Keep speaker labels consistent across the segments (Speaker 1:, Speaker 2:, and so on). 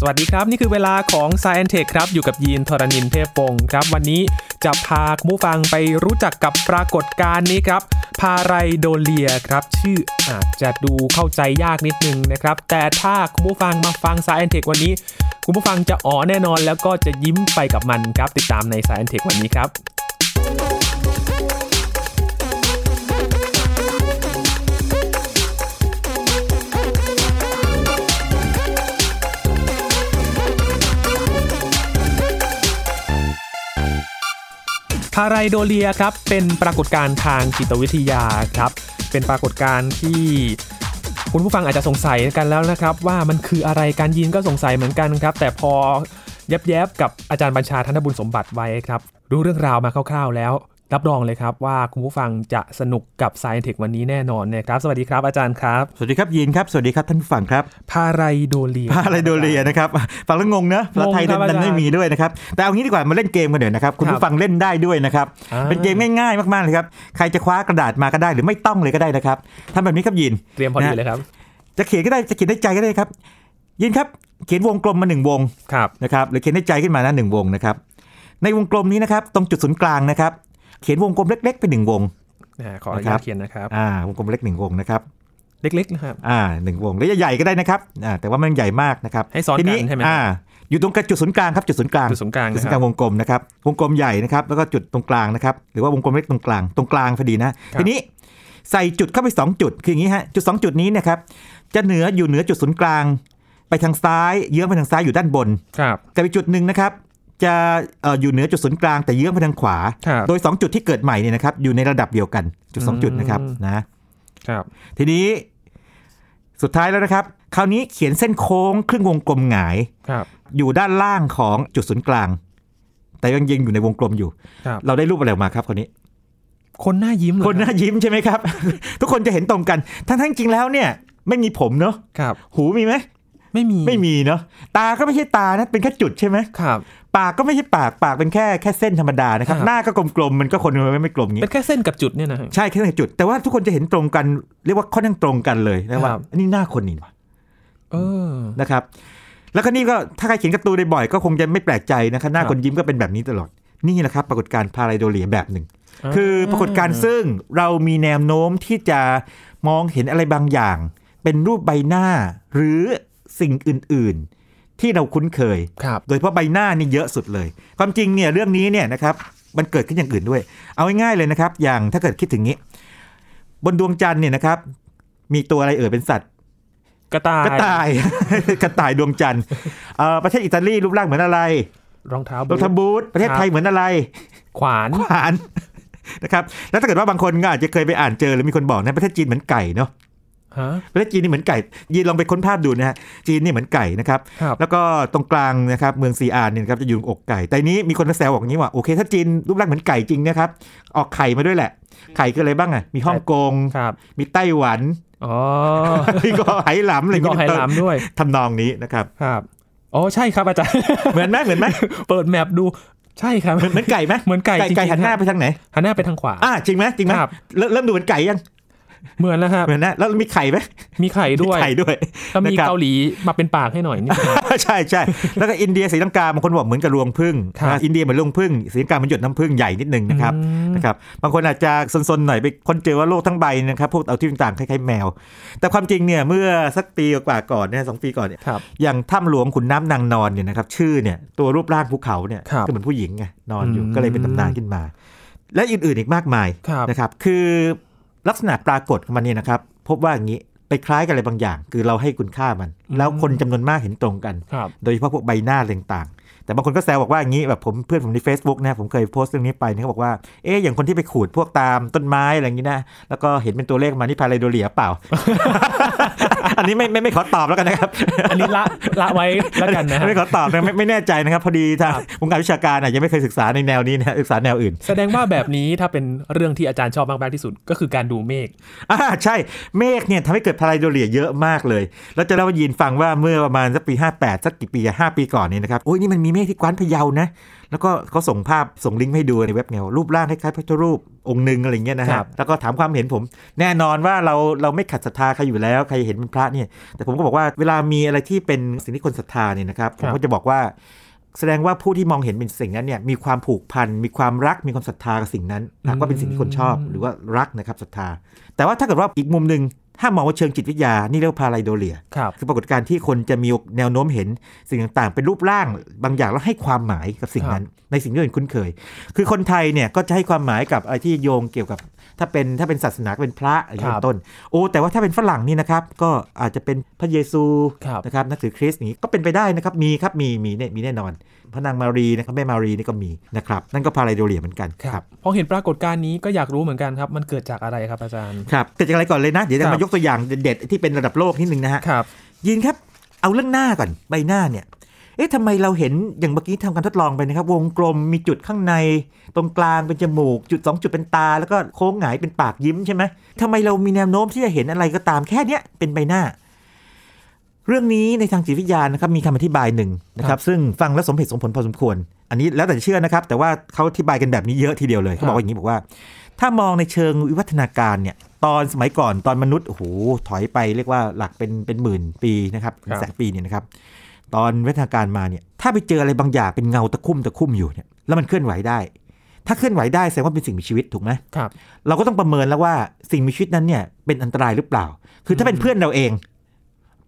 Speaker 1: สวัสดีครับ นี่คือเวลาของ s ซ n t e c h ครับ อยู่กับยีนทรณินเทพวงศ์ครับ วันนี้จะพาคุณผู้ฟังไปรู้จักกับปรากฏการณ์นี้ครับ พาไรโดเลียครับ ชื่ออาจจะดูเข้าใจยากนิดนึงนะครับ แต่ถ้าคุณผู้ฟังมาฟัง s ซ n t e c h วันนี้ คุณผู้ฟังจะอ๋อแน่นอน แล้วก็จะยิ้มไปกับมันครับ ติดตามใน s ซ n t e c h วันนี้ครับ พาไรโดเลียครับเป็นปรากฏการณ์ทางจิตวิทยาครับ เป็นปรากฏการณ์ที่คุณผู้ฟังอาจจะสงสัยกันแล้วนะครับ ว่ามันคืออะไรการยีนก็สงสัยเหมือนกันครับ แต่พอยับแยบกับอาจารย์บัญชาธนบุญสมบัติไว้ครับ รู้เรื่องราวมาคร่าวๆแล้ว รับรองเลยครับว่าคุณผู้ฟังจะสนุกกับ s ซ i e n t e c h วันนี้แน่นอนนะครับ สวัสดีครับอาจารย์ครับ
Speaker 2: สวัสดีครับยีนครับ สวัสดีครับท่านผู้ฟังครับ
Speaker 1: พาไรโดเลีย
Speaker 2: พาอะไรโดเรียนะครับฟังแล้วงงเนอะภาษาไทย
Speaker 1: งงครับ
Speaker 2: ดัน
Speaker 1: อาจารย์
Speaker 2: ไม่มีด้วยนะครับ แต่เอางี้ดีกว่ามาเล่นเกมกันเดี๋ยวนะครับ คุณ
Speaker 1: ครับ
Speaker 2: ผู้ฟังเล่นได้ด้วยนะครับ
Speaker 1: อ่า
Speaker 2: เป็นเกมง่ายๆมากๆเลยครับ ใครจะคว้ากระดาษมาก็ได้หรือไม่ต้องเลยก็ได้นะครับทำแบบนี้ครับยีน
Speaker 1: เตรียมพอดีเลยครับ
Speaker 2: จะเขียนก็ได้จะเขียนในใจก็ได้ครับยีนครับ เขียนวงกลมมาหนึ่งวง
Speaker 1: ครับ
Speaker 2: นะครับหรือเขียนในใจขึ้นมานะหนึ่งวงนะครับในวงกลมนี้นะครับตรงจุดศูนย์กลางนะครับเขียนวงกลมเล็กๆไปหนึ่งวง
Speaker 1: อ่าขออนุญา
Speaker 2: ครั
Speaker 1: ต
Speaker 2: บ
Speaker 1: เขียนนะครับ
Speaker 2: อ่าวงกลมเล็กหนึ่งวงนะครับ
Speaker 1: เล็กๆนะครับ
Speaker 2: อ่าหนึ่งวงแล้วใหญ่ๆก็ได้นะครับอ่าแต่ว่ามันใหญ่มากนะครับ
Speaker 1: ให้ซ้อน
Speaker 2: ที
Speaker 1: กันใช่ไหม
Speaker 2: อ่า อยู่ตรงกับจุดศูนย์กลางครับจุดศูนย์กลาง
Speaker 1: จุดศูนย์กลาง
Speaker 2: จุด
Speaker 1: นะ
Speaker 2: ศูน
Speaker 1: ค
Speaker 2: ย์ก
Speaker 1: รับ
Speaker 2: ลางวงกลมนะครับวงกลมใหญ่นะครับแล้วก็จุดตรงกลางนะครับหรือว่าวงกลมเล็กตรงกลางตรงกลางพอดีนะครับ ทีนี้ใส่จุดเข้าไป 2 จุดคืออย่างนี้ฮะจุด 2 จุดนี้เนะครับจะเหนืออยู่เหนือจุดศูนย์กลาง ไปทางซ้าย เยื้องไปทางซ้ายอยู่ด้านบน
Speaker 1: ครับ
Speaker 2: กับอีกจุดหนึ่งนะครับจะเอ่ออยู่เหนือจุดศูนย์กลางแต่เยื้องไปทางขวา
Speaker 1: ครับ
Speaker 2: โดย 2 จุดที่เกิดใหม่เนี่ยนะครับอยู่ในระดับเดียวกันจุดสองจุดนะครับนะ
Speaker 1: ครับ
Speaker 2: ทีนี้สุดท้ายแล้วนะครับ คราวนี้เขียนเส้นโค้งครึ่งวงกลมหงาย
Speaker 1: ครับ
Speaker 2: อยู่ด้านล่างของจุดศูนย์กลาง แต่ยังยิงอยู่ในวงกลมอยู่
Speaker 1: ครับ
Speaker 2: เราได้รูปอะไรออกมาครับคราวนี้
Speaker 1: คนหน้ายิ้มเหรอ
Speaker 2: คนหน้ายิ้มใช่ไหมครับ ทุกคนจะเห็นตรงกัน ทั้งทั้งจริงแล้วเนี่ยไม่มีผมเนาะ
Speaker 1: ครับ
Speaker 2: หูมีไหม
Speaker 1: ไม่มี
Speaker 2: ไม่มีเนาะตาก็ไม่ใช่ตานะเป็นแค่จุดใช่ไหม
Speaker 1: ครับ
Speaker 2: ปากก็ไม่ใช่ปากปากเป็นแค่แค่เส้นธรรมดานะครับ
Speaker 1: ครับ
Speaker 2: หน้าก็กลมๆมันก็คนมันไม่กลมอย่างงี้
Speaker 1: เป็นแค่เส้นกับจุดเนี่ยนะ
Speaker 2: ใช่แค่ในจุด แต่ว่าทุกคนจะเห็นตรงกันเรียกว่าค่อนข้างตรงกันเลยนะ
Speaker 1: ค
Speaker 2: ว่า
Speaker 1: รับ
Speaker 2: อันนี้หน้าคนนี่หว่า
Speaker 1: เออ
Speaker 2: นะครับแล้วก็นี่ก็ถ้าใครเขียนการ์ตูนบ่อยๆก็คงจะไม่แปลกใจนะครับหน้า
Speaker 1: ครับ
Speaker 2: คนยิ้มก็เป็นแบบนี้ตลอด นี่แหละครับปรากฏการณ์พาราไดโดเลียแบบหนึ่ง คือปรากฏการณ์ซึ่งเรามีแนวโน้มที่จะมองเห็นอะไรบางอย่าง เป็นรูปใบหน้า หรือสิ่งอื่นๆ ที่เราคุ้นเคย
Speaker 1: ครับ
Speaker 2: โดยเฉพาะใบหน้านี่เยอะสุดเลย ความจริงเนี่ยเรื่องนี้เนี่ยนะครับมันเกิดขึ้นอย่างอื่นด้วย เอาง่ายๆเลยนะครับ อย่างถ้าเกิดคิดถึงนี้ บนดวงจันทร์เนี่ยนะครับ มีตัวอะไรเอ่ยเป็นสัตว์
Speaker 1: กระต่าย
Speaker 2: กระต่าย กระต่าย ดวงจันทร์เอ่อประเทศอิตาลีรูปร่างเหมือนอะไร
Speaker 1: รองเท้าร
Speaker 2: องเท้าบูทประเทศไทยเหมือนอะไร
Speaker 1: ขวาน
Speaker 2: ขวาน นะครับ แล้วถ้าเกิดว่าบางคนก็อาจจะเคยไปอ่านเจอหรือมีคนบอกนะประเทศจีนเหมือนไก่เนาะ
Speaker 1: ฮะ
Speaker 2: ประเทศจีนนี่เหมือนไก่ยีนลองไปค้นภาพดูนะฮะจีนนี่เหมือนไก่นะครับ
Speaker 1: ครับ
Speaker 2: แล้วก็ตรงกลางนะครับเมืองซีอาร์เนี่ยนะครับจะอยู่อกไก่ แต่นี้มีคนมาแซวบอกอย่างนี้ว่าโอเค ถ้าจีนรูปร่างเหมือนไก่จริงนะครับออกไข่มาด้วยแหละ ไข่คืออะไรบ้างอ่ะมีฮ่องกง
Speaker 1: ครับ
Speaker 2: มีไต้หวัน
Speaker 1: อ๋อ
Speaker 2: มีเกาะไหหลำอะไร
Speaker 1: มี
Speaker 2: อย่าง
Speaker 1: เกาะไห
Speaker 2: งี้
Speaker 1: หลามด้วย
Speaker 2: ทำนองนี้นะครับ
Speaker 1: ครับอ๋อใช่ครับอาจารย์
Speaker 2: เหมือนไหมเหมือนไหม
Speaker 1: เปิดแมปดูใช่ครับ
Speaker 2: เหมือนเหมือนไก่ไหม
Speaker 1: เหมือนไก่
Speaker 2: ไก่
Speaker 1: จริงๆ
Speaker 2: ไก่หันหน้าไปทางไหน
Speaker 1: หันหน้าไปทางขวา
Speaker 2: อ่าจริงไหมจริงไหม
Speaker 1: ครับ
Speaker 2: เริ่มเริ่มดูเหมือนไก่ยัง
Speaker 1: เหมือนนะครับ
Speaker 2: เหมือนนะแล้วมีไข่ไหม
Speaker 1: มีไข่ด้วย
Speaker 2: ไข่ด้วย
Speaker 1: แล้วมี
Speaker 2: นะครับ
Speaker 1: เกาหลีมาเป็นปากให้หน่อยนี่
Speaker 2: ใช่ใช่แล้วก็อินเดียสีลังกาบางคนบอกเหมือนกับรวงผึ้ง
Speaker 1: ครับ
Speaker 2: นะอินเดียเหมือนรวงผึ้งสีลังกาเหมันหยดน้ำผึ้งใหญ่นิดนึงนะครับ
Speaker 1: อืม
Speaker 2: นะครับบางคนอาจจะซนๆหน่อยไปคนเจอว่าโลกทั้งใบนะครับพวกเอาที่ต่างๆคล้ายๆแมว แต่ความจริงเนี่ยเมื่อสักปีกว่าๆก่อนเนี่ยสองปีก่อนเนี่ย
Speaker 1: ครับ
Speaker 2: อย่างถ้ำหลวงขุนน้ำนางนอนเนี่ยนะครับชื่อเนี่ยตัวรูปร่างภูเขาเนี่ย
Speaker 1: ครับ
Speaker 2: ก็เหมือนผู้หญิงไงนอนอยู่
Speaker 1: อืม
Speaker 2: ก็เลยเป็นตำนานขึ้นมา และอื่นๆอีกมากมาย
Speaker 1: ครับ
Speaker 2: นะครับ คือลักษณะปรากฏของมันเนี่ยนะครับ พบว่าอย่างนี้ไปคล้ายกับอะไรบางอย่าง คือเราให้คุณค่ามัน แล้วคนจำนวนมากเห็นตรงกัน
Speaker 1: ครับ
Speaker 2: โดยเฉพาะพวกใบหน้าอะไรต่างๆ แต่บางคนก็แซวบอกว่าอย่างนี้แบบผมเพื่อนผมใน Facebook นะผมเคยโพสต์เรื่องนี้ไปเนี่ยเขาบอกว่า เอ๊ะอย่างคนที่ไปขูดพวกตามต้นไม้อะไรอย่างนี้นะ แล้วก็เห็นเป็นตัวเลขมานี่พาไรโดเลียเปล่า อันนี้ไม่ไม่ไม่ขอตอบแล้วกันนะครับ
Speaker 1: อันนี้ละ ละไว้แล้วกันนะฮะ
Speaker 2: ไม่ขอตอบนะไม่ไม่แน่ใจนะครับ พอดีทางวงการวิชาการอ่ะยังไม่เคยศึกษาในแนวนี้นะศึกษาแนวอื่น
Speaker 1: แสดงว่าแบบนี้ถ้าเป็นเรื่องที่อาจารย์ชอบมากๆที่สุด ก็คือการดูเมฆ
Speaker 2: อ่าใช่เมฆเนี่ยทำให้เกิดพาราไดโดเลียเยอะมากเลย แล้วจะเล่าให้ยินฟังว่าเมื่อประมาณสักปี 58 สักกี่ปีอะ5ปีก่อนเนี่ยนะครับโอ้ยนี่มันมี เมฆที่กว้านพะเยานะ แล้วก็เขาส่งภาพส่งลิงก์ให้ดูในเว็บไงว่ารูปร่างคล้ายๆพระเจ้ารูปองค์หนึ่งอะไรเงี้ยนะ
Speaker 1: ครั
Speaker 2: ฮะ
Speaker 1: บ
Speaker 2: แล้วก็ถามความเห็นผม แน่นอนว่าเราเราไม่ขัดศรัทธาใครอยู่แล้วใครเห็นเป็นพระเนี่ย แต่ผมก็บอกว่าเวลามีอะไรที่เป็นสิ่งที่คนศรัทธาเนี่ยนะครับผมก็จะบอกว่า แสดงว่าผู้ที่มองเห็นเป็นสิ่งนั้นเนี่ยมีความผูกพันมีความรักมีความศรัทธากับสิ่งนั้นหากว่าเป็นสิ่งที่คนชอบหรือว่ารักนะครับศรัทธา แต่ว่าถ้าเกิดว่าอีกมุมหนึ่งถ้ามองว่าเชิงจิตวิทยานี่เรียกว่าพาไลโดเลีย
Speaker 1: ครับ
Speaker 2: คือปรากฏการณ์ที่คนจะมีแนวโน้มเห็นสิ่งต่างๆ เป็นรูปร่างบางอย่างแล้วให้ความหมายกับสิ่งนั้น ในสิ่งที่เราคุ้นเคย คือคนไทยเนี่ยก็จะให้ความหมายกับอะไรที่โยงเกี่ยวกับ ถ้าเป็นถ้าเป็นศาสนาก็เป็นพระอย่างนี้
Speaker 1: ครับ
Speaker 2: เป็นต้น โอ้แต่ว่าถ้าเป็นฝรั่งนี่นะครับก็อาจจะเป็นพระเยซู
Speaker 1: ครับ
Speaker 2: นะครับนักถือคริสต์อย่างนี้ก็เป็นไปได้นะครับมีครับมีมีเนี่ยมีแน่นอน พระนางมารีนะครับแม่มารีนี่ก็มีนะครับนั่นก็พาไลโดเลียเหมือนกัน
Speaker 1: พอเห็นปรากฏการณ์นี้ก็อยากรู้เหมือนกันครับ มันเกิดจากอะไรครับอาจารย์
Speaker 2: ครับเกิดจากอะไรก่อนเลยนะ เดี๋ยว
Speaker 1: ครั
Speaker 2: จะ
Speaker 1: บ
Speaker 2: มายกตัวอย่างเด็ดๆที่เป็นระดับโลกนิดนึงนะฮะ
Speaker 1: ครับ
Speaker 2: ยินครับ เอาเรื่องหน้าก่อนใบหน้าเนี่ย เอ๊ะทำไมเราเห็นอย่างเมื่อกี้ทำการทดลองไปนะครับ วงกลมมีจุดข้างใน ตรงกลางเป็นจมูก จุด 2 จุดเป็นตา แล้วก็โค้งหงายเป็นปากยิ้มใช่ไหมทำไมเรามีแนวโน้มที่จะเห็นอะไรก็ตามแค่เนี้ยเป็นใบหน้า เรื่องนี้ในทางจิตวิทยานะครับมีคำอธิบายหนึ่งนะค
Speaker 1: ครั
Speaker 2: รั
Speaker 1: บบ
Speaker 2: ซึ่งฟังแล้วสมเหตุสมผลพอสมควร อันนี้แล้วแต่เชื่อนะครับ แต่ว่าเขาอธิบายกันแบบนี้เยอะทีเดียวเลยเขาบอกว่าอย่างนี้บอกว่า ถ้ามองในเชิงวิวัฒนาการเนี่ย ตอนสมัยก่อนตอนมนุษย์โอ้โหถอยไปเรียกว่าหลักเป็นเป็นหมื่นปีนะครับ
Speaker 1: ครับ
Speaker 2: แสนปีเนี่ยนะครับ ตอนวิวัฒนาการมาเนี่ย ถ้าไปเจออะไรบางอย่างเป็นเงาตะคุ่มตะคุ่มอยู่เนี่ยแล้วมันเคลื่อนไหวได้ ถ้าเคลื่อนไหวได้แสดงว่าเป็นสิ่งมีชีวิตถูกไหม
Speaker 1: ครับ
Speaker 2: เราก็ต้องประเมินแล้วว่าสิ่งมีชีวิตนั้นเนี่ยเป็นอันตรายหรือเปล่า คือถ้าเป็นเพื่อนเราเอง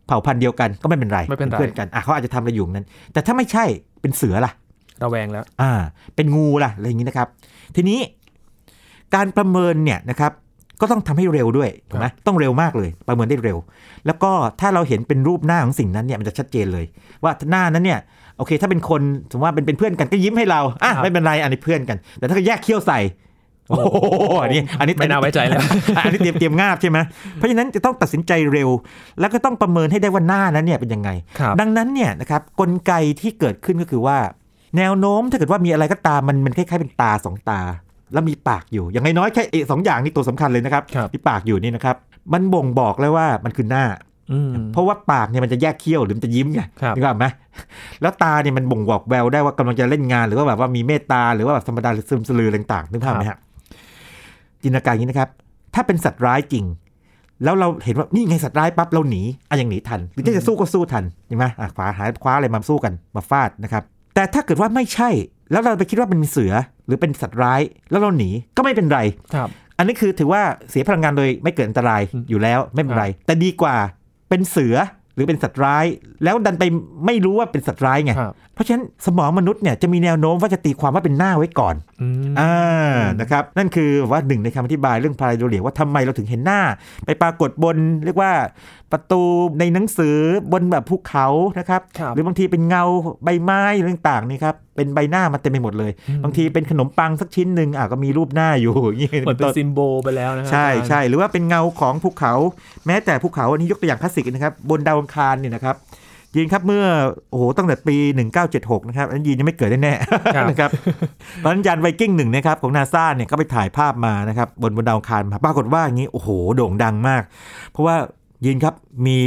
Speaker 2: เผ่าพันธุ์เดียวกันก็ไม่เป็นไร
Speaker 1: ไม่เป็นไร
Speaker 2: เพื่อนกันอ่ะเขาอาจจะทำอะไรอยู่นั้น แต่ถ้าไม่ใช่เป็นเสือล่ะ
Speaker 1: ระแวงแล้ว
Speaker 2: อ่า เป็นงูล่ะอะไรอย่างนี้นะครับ ทีนี้การประเมินเนี่ยนะครับ ก็ต้องทำให้เร็วด้วยถูกไหมต้องเร็วมากเลย ประเมินได้เร็ว แล้วก็ถ้าเราเห็นเป็นรูปหน้าของสิ่งนั้นเนี่ยมันจะชัดเจนเลย ว่าหน้านั้นเนี่ยโอเค ถ้าเป็นคนสมมติว่าเป็นเป็นเพื่อนกันก็ยิ้มให้เราอ่ะ
Speaker 1: ครับ
Speaker 2: ไม่เป็นไรอันนี้เพื่อนกัน แต่ถ้าเกิดแยกเขี้ยวใส่
Speaker 1: โอ้
Speaker 2: โอ้
Speaker 1: โห
Speaker 2: โหอันนี้อันนี้
Speaker 1: ไม่น่าไว้ใจแล้ว
Speaker 2: อันนี้เตรียมเตรียมงาบใช่ไหมเพราะฉะนั้นจะต้องตัดสินใจเร็ว แล้วก็ต้องประเมินให้ได้ว่าหน้านั้นเนี่ยเป็นยังไง
Speaker 1: ครับ
Speaker 2: ดังนั้นเนี่ยนะครับกลไกที่เกิดขึ้นก็คือว่า แนวโน้มถ้าเกิดว่ามีอะไรก็ตามมันมันคล้ายๆเป็นตาสองตา แล้วมีปากอยู่ อย่างน้อยๆแค่เอสองอย่างนี่ตัวสำคัญเลยนะครับ
Speaker 1: ครับ
Speaker 2: มีปากอยู่นี่นะครับ มันบ่งบอกแล้วว่ามันคือหน้า
Speaker 1: อืม
Speaker 2: เพราะว่าปากเนี่ยมันจะแยกเขี้ยวหรือมันจะยิ้มไง
Speaker 1: ครับ
Speaker 2: นึกออกไหมแล้วตาเนี่ยมันบ่งบอกแววได้ว่ากำลังจะเล่นงาน หรือว่าแบบว่ามีเมตตาหรือว่าแบบธรรมดาหรือซึมสลืออะไรต่างๆนึกภาพไหมฮะจินตนาการอย่างนี้นะครับ ถ้าเป็นสัตว์ร้ายจริง แล้วเราเห็นว่านี่ไงสัตว์ร้ายปั๊บเราหนีอ่ะยังหนีทัน หรือถ้าจะสู้ก็สู้ทันใช่ไหมอ่ะขวาหาคว้าอะไรมาสู้กันมาฟาดนะครับ แต่ถ้าเกิดว่าไม่ใช่ แล้วเราไปคิดว่าเป็นเสือหรือเป็นสัตว์ร้ายแล้วเราหนีก็ไม่เป็นไร
Speaker 1: ครับ
Speaker 2: อันนี้คือถือว่าเสียพลังงานโดยไม่เกิดอันตราย
Speaker 1: อืม
Speaker 2: อยู่แล้วไม่เป็นไร แต่ดีกว่าเป็นเสือหรือเป็นสัตว์ร้าย แล้วดันไปไม่รู้ว่าเป็นสัตว์ร้ายไง
Speaker 1: ครับ
Speaker 2: เพราะฉะนั้นสมองมนุษย์เนี่ยจะมีแนวโน้มว่าจะตีความว่าเป็นหน้าไว้ก่อน
Speaker 1: อืม
Speaker 2: อ่านะครับนั่นคือว่าหนึ่งในคำอธิบายเรื่องพาราโดเลียว่าทำไมเราถึงเห็นหน้า ไปปรากฏบนเรียกว่าประตูในหนังสือบนแบบภูเขานะครับ
Speaker 1: ครับ
Speaker 2: หรือบางทีเป็นเงาใบไม้เรื่องต่างๆนี่ครับเป็นใบหน้ามาเต็มไปหมดเลย บางทีเป็นขนมปังสักชิ้นหนึ่งอ่ะก็มีรูปหน้าอยู่อย่างงี้
Speaker 1: เหมือน
Speaker 2: เป็
Speaker 1: เป็น น
Speaker 2: ต้น
Speaker 1: ซิมโบลไปแล้วนะครับ
Speaker 2: ใช่
Speaker 1: อาจารย์
Speaker 2: ใช่หรือว่าเป็นเงาของภูเขา แม้แต่ภูเขาอันนี้ยกตัวอย่างคลาสสิกนะครับ บนดาวอังคารเนี่ยนะครับยีนครับเมื่อโอ้โหตั้งแต่ปี 1976 นะครับอันนยีนยังไม่เกิดแน่
Speaker 1: ครับ
Speaker 2: ๆนะครับตอนนั้นยานไวกิ้งหนึ่งนะครับของนาซาเนี่ยก็ไปถ่ายภาพมานะครับบนบนดาวอังคารมาปรากฏว่าอย่างนี้โอ้โหโด่งดังมาก เพราะว่ายีนครับมี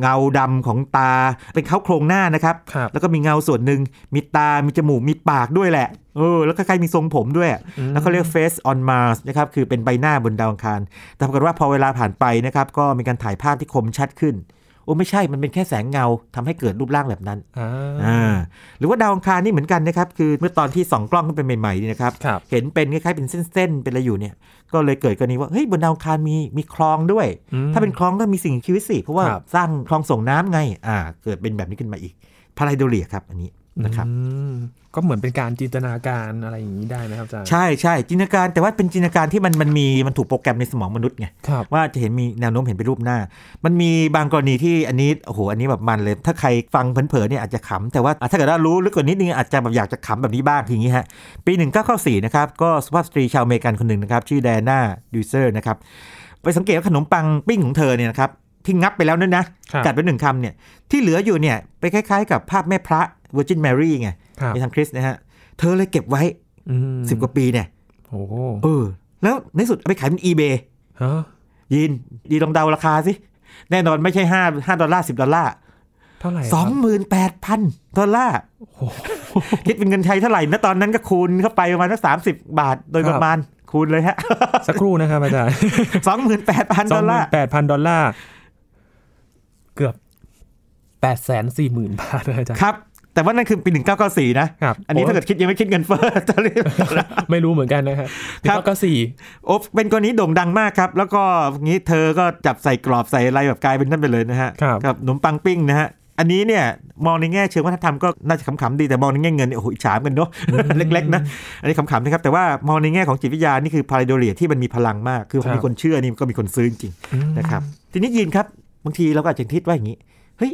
Speaker 2: เงาดำของตาเป็นเขาโครงหน้านะครับ
Speaker 1: ครับ
Speaker 2: แล้วก็มีเงาส่วนหนึ่งมีตา มีจมูก มีปากด้วยแหละ เออ แล้วก็ใกล้ๆมีทรงผมด้วย
Speaker 1: อืม
Speaker 2: แล้วเขาเรียก face on Mars นะครับ คือเป็นใบหน้าบนดาวอังคาร แต่ปรากฏว่าพอเวลาผ่านไปนะครับ ก็มีการถ่ายภาพที่คมชัดขึ้น โอ้ ไม่ใช่ มันเป็นแค่แสงเงาทำให้เกิดรูปร่างแบบนั้น
Speaker 1: อ่า
Speaker 2: อ่า หรือว่าดาวอังคารนี่เหมือนกันนะครับ คือเมื่อตอนที่ส่องกล้องขึ้นไปใหม่ๆนี่นะครับ
Speaker 1: ครับ
Speaker 2: เห็นเป็นคล้ายๆเป็นเส้นๆ เป็นอะไรอยู่เนี่ย ก็เลยเกิดกรณีว่า เฮ้ย บนดาวอังคารมีมีคลองด้วย
Speaker 1: อืม
Speaker 2: ถ้าเป็นคลองต้องมีสิ่งมีชีวิตสิ เพราะว่า
Speaker 1: ครับ
Speaker 2: สร้างคลองส่งน้ำไง อ่า เกิดเป็นแบบนี้ขึ้นมาอีก พาราไดโดเลียครับอันนี้นะครับ
Speaker 1: อืมก็เหมือนเป็นการจินตนาการอะไรอย่างนี้ได้ไหมครับอาจารย์
Speaker 2: ใช่ใช่จินตนาการแต่ว่าเป็นจินตนาการที่มันมันมีมันถูกโปรแกรมในสมองมนุษย์ไง
Speaker 1: ครับ
Speaker 2: ว่าจะเห็นมีแนวโน้มเห็นเป็นรูปหน้า มันมีบางกรณีที่อันนี้โอ้โหอันนี้แบบมันเลย ถ้าใครฟังเผลอๆเนี่ยอาจจะขำแต่ว่าอ่ะถ้าเกิดว่ารู้ลึกกว่านิดนึงอาจจะแบบอยากจะขำแบบนี้บ้างคืออย่างนี้ฮะ ปี 1994นะครับก็สุภาพสตรีชาวอเมริกันคนหนึ่งนะครับ ชื่อแดน่าดูเซอร์นะครับ ไปสังเกตว่าขนมปังปิ้งของเธอเนี่ยนะครับที่งับไปแล้วนั่นนะครับ กัดไปหนึ่งคำเนี่ยที่เหลืออยู่เนี่ยไปคล้ายๆ กับภาพแม่พระ Virgin Mary ไง
Speaker 1: ครับ
Speaker 2: ในทางคริสต์นะฮะเธอเลยเก็บไว้
Speaker 1: อืม
Speaker 2: สิบกว่าปีเนี่ย
Speaker 1: โอ้โห
Speaker 2: เออแล้วในที่สุดเอาไปขายเป็น eBay
Speaker 1: ฮะ
Speaker 2: ยีนยีนลองเดาราคาสิ แน่นอนไม่ใช่ห้าห้าดอลลาร์สิบดอลลาร์
Speaker 1: เท่าไหร่ครับ
Speaker 2: สองหมื่นแปดพันดอลลาร์
Speaker 1: โห
Speaker 2: คิดเป็นเงินไทยเท่าไหร่นะตอนนั้นก็คูณเข้าไปประมาณสักสามสิบบาทโดย
Speaker 1: ค
Speaker 2: ป
Speaker 1: รับ
Speaker 2: ระมาณคูณเลยฮะ
Speaker 1: สักครู่นะครับอาจารย์
Speaker 2: สองหมื่นแปดพัน
Speaker 1: ส
Speaker 2: ด
Speaker 1: อ
Speaker 2: อง
Speaker 1: หมื่
Speaker 2: ลลาน ร์
Speaker 1: แปดพันดอลลาร์ เกือบแปดแสนสี่หมื่นบาทนะอาจารย์
Speaker 2: ครับ แต่ว่านั่นคือปีหนึ่งเก้าเก้าสี่นะ
Speaker 1: ครับ
Speaker 2: อันนี้
Speaker 1: โ
Speaker 2: ถ้าเกิดคิดยังไม่คิดเงินเฟ้อ จะเรียก
Speaker 1: ไม่รู้เหมือนกันนะครับ
Speaker 2: ครับ
Speaker 1: แล้วก็สี่
Speaker 2: โอ้เป็นกรณีโด่งดังมากครับ แล้วก็งี้เธอก็จับใส่กรอบใส่อะไรแบบกลายเป็นนั่นไปเลยนะฮะ
Speaker 1: ครับ
Speaker 2: กับขนมปังปิ้งนะฮะ อันนี้เนี่ยมองในแง่เชิงวัฒนธรรมก็น่าจะขำๆดีแต่มองในแง่เงินเนี่ยโอ้โหอิจฉามกันเนาะ เล็กๆนะ อันนี้ขำๆนะครับ แต่ว่ามองในแง่ของจิตวิทยานี่คือพาราโดเรียที่มันมีพลังมาก คือพอมีคนเชื่อนี่ก็มีคนซื้อจริง
Speaker 1: อืม
Speaker 2: นะครับทีนี้ยีนครับบางทีเราก็อาจจะคิดว่าอย่างนี้เฮ้ย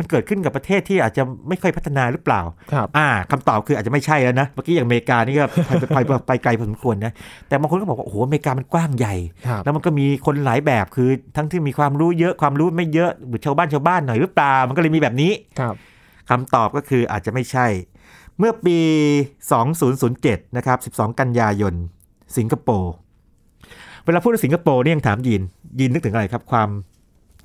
Speaker 2: มันเกิดขึ้นกับประเทศที่อาจจะไม่ค่อยพัฒนาหรือเปล่า
Speaker 1: ครับ
Speaker 2: อ่าคำตอบคืออาจจะไม่ใช่แล้วนะเมื่อกี้อย่างอเมริกานี่ก็ ไปไปไปไปไกลพอสมควรนะแต่บางคนก็บอกว่าโอ้โหอเมริกามันกว้างใหญ่
Speaker 1: ครับ
Speaker 2: แล้วมันก็มีคนหลายแบบคือทั้งที่มีความรู้เยอะความรู้ไม่เยอะหรือชาวบ้านชาวบ้านหน่อยหรือเปล่ามันก็เลยมีแบบนี้
Speaker 1: ครับ
Speaker 2: คำตอบก็คืออาจจะไม่ใช่ เมื่อปี 2007นะครับ12 กันยายนสิงคโปร์เวลาพูดถึงสิงคโปร์เนี่ยยังถามยีนยีนนึกถึงอะไรครับความ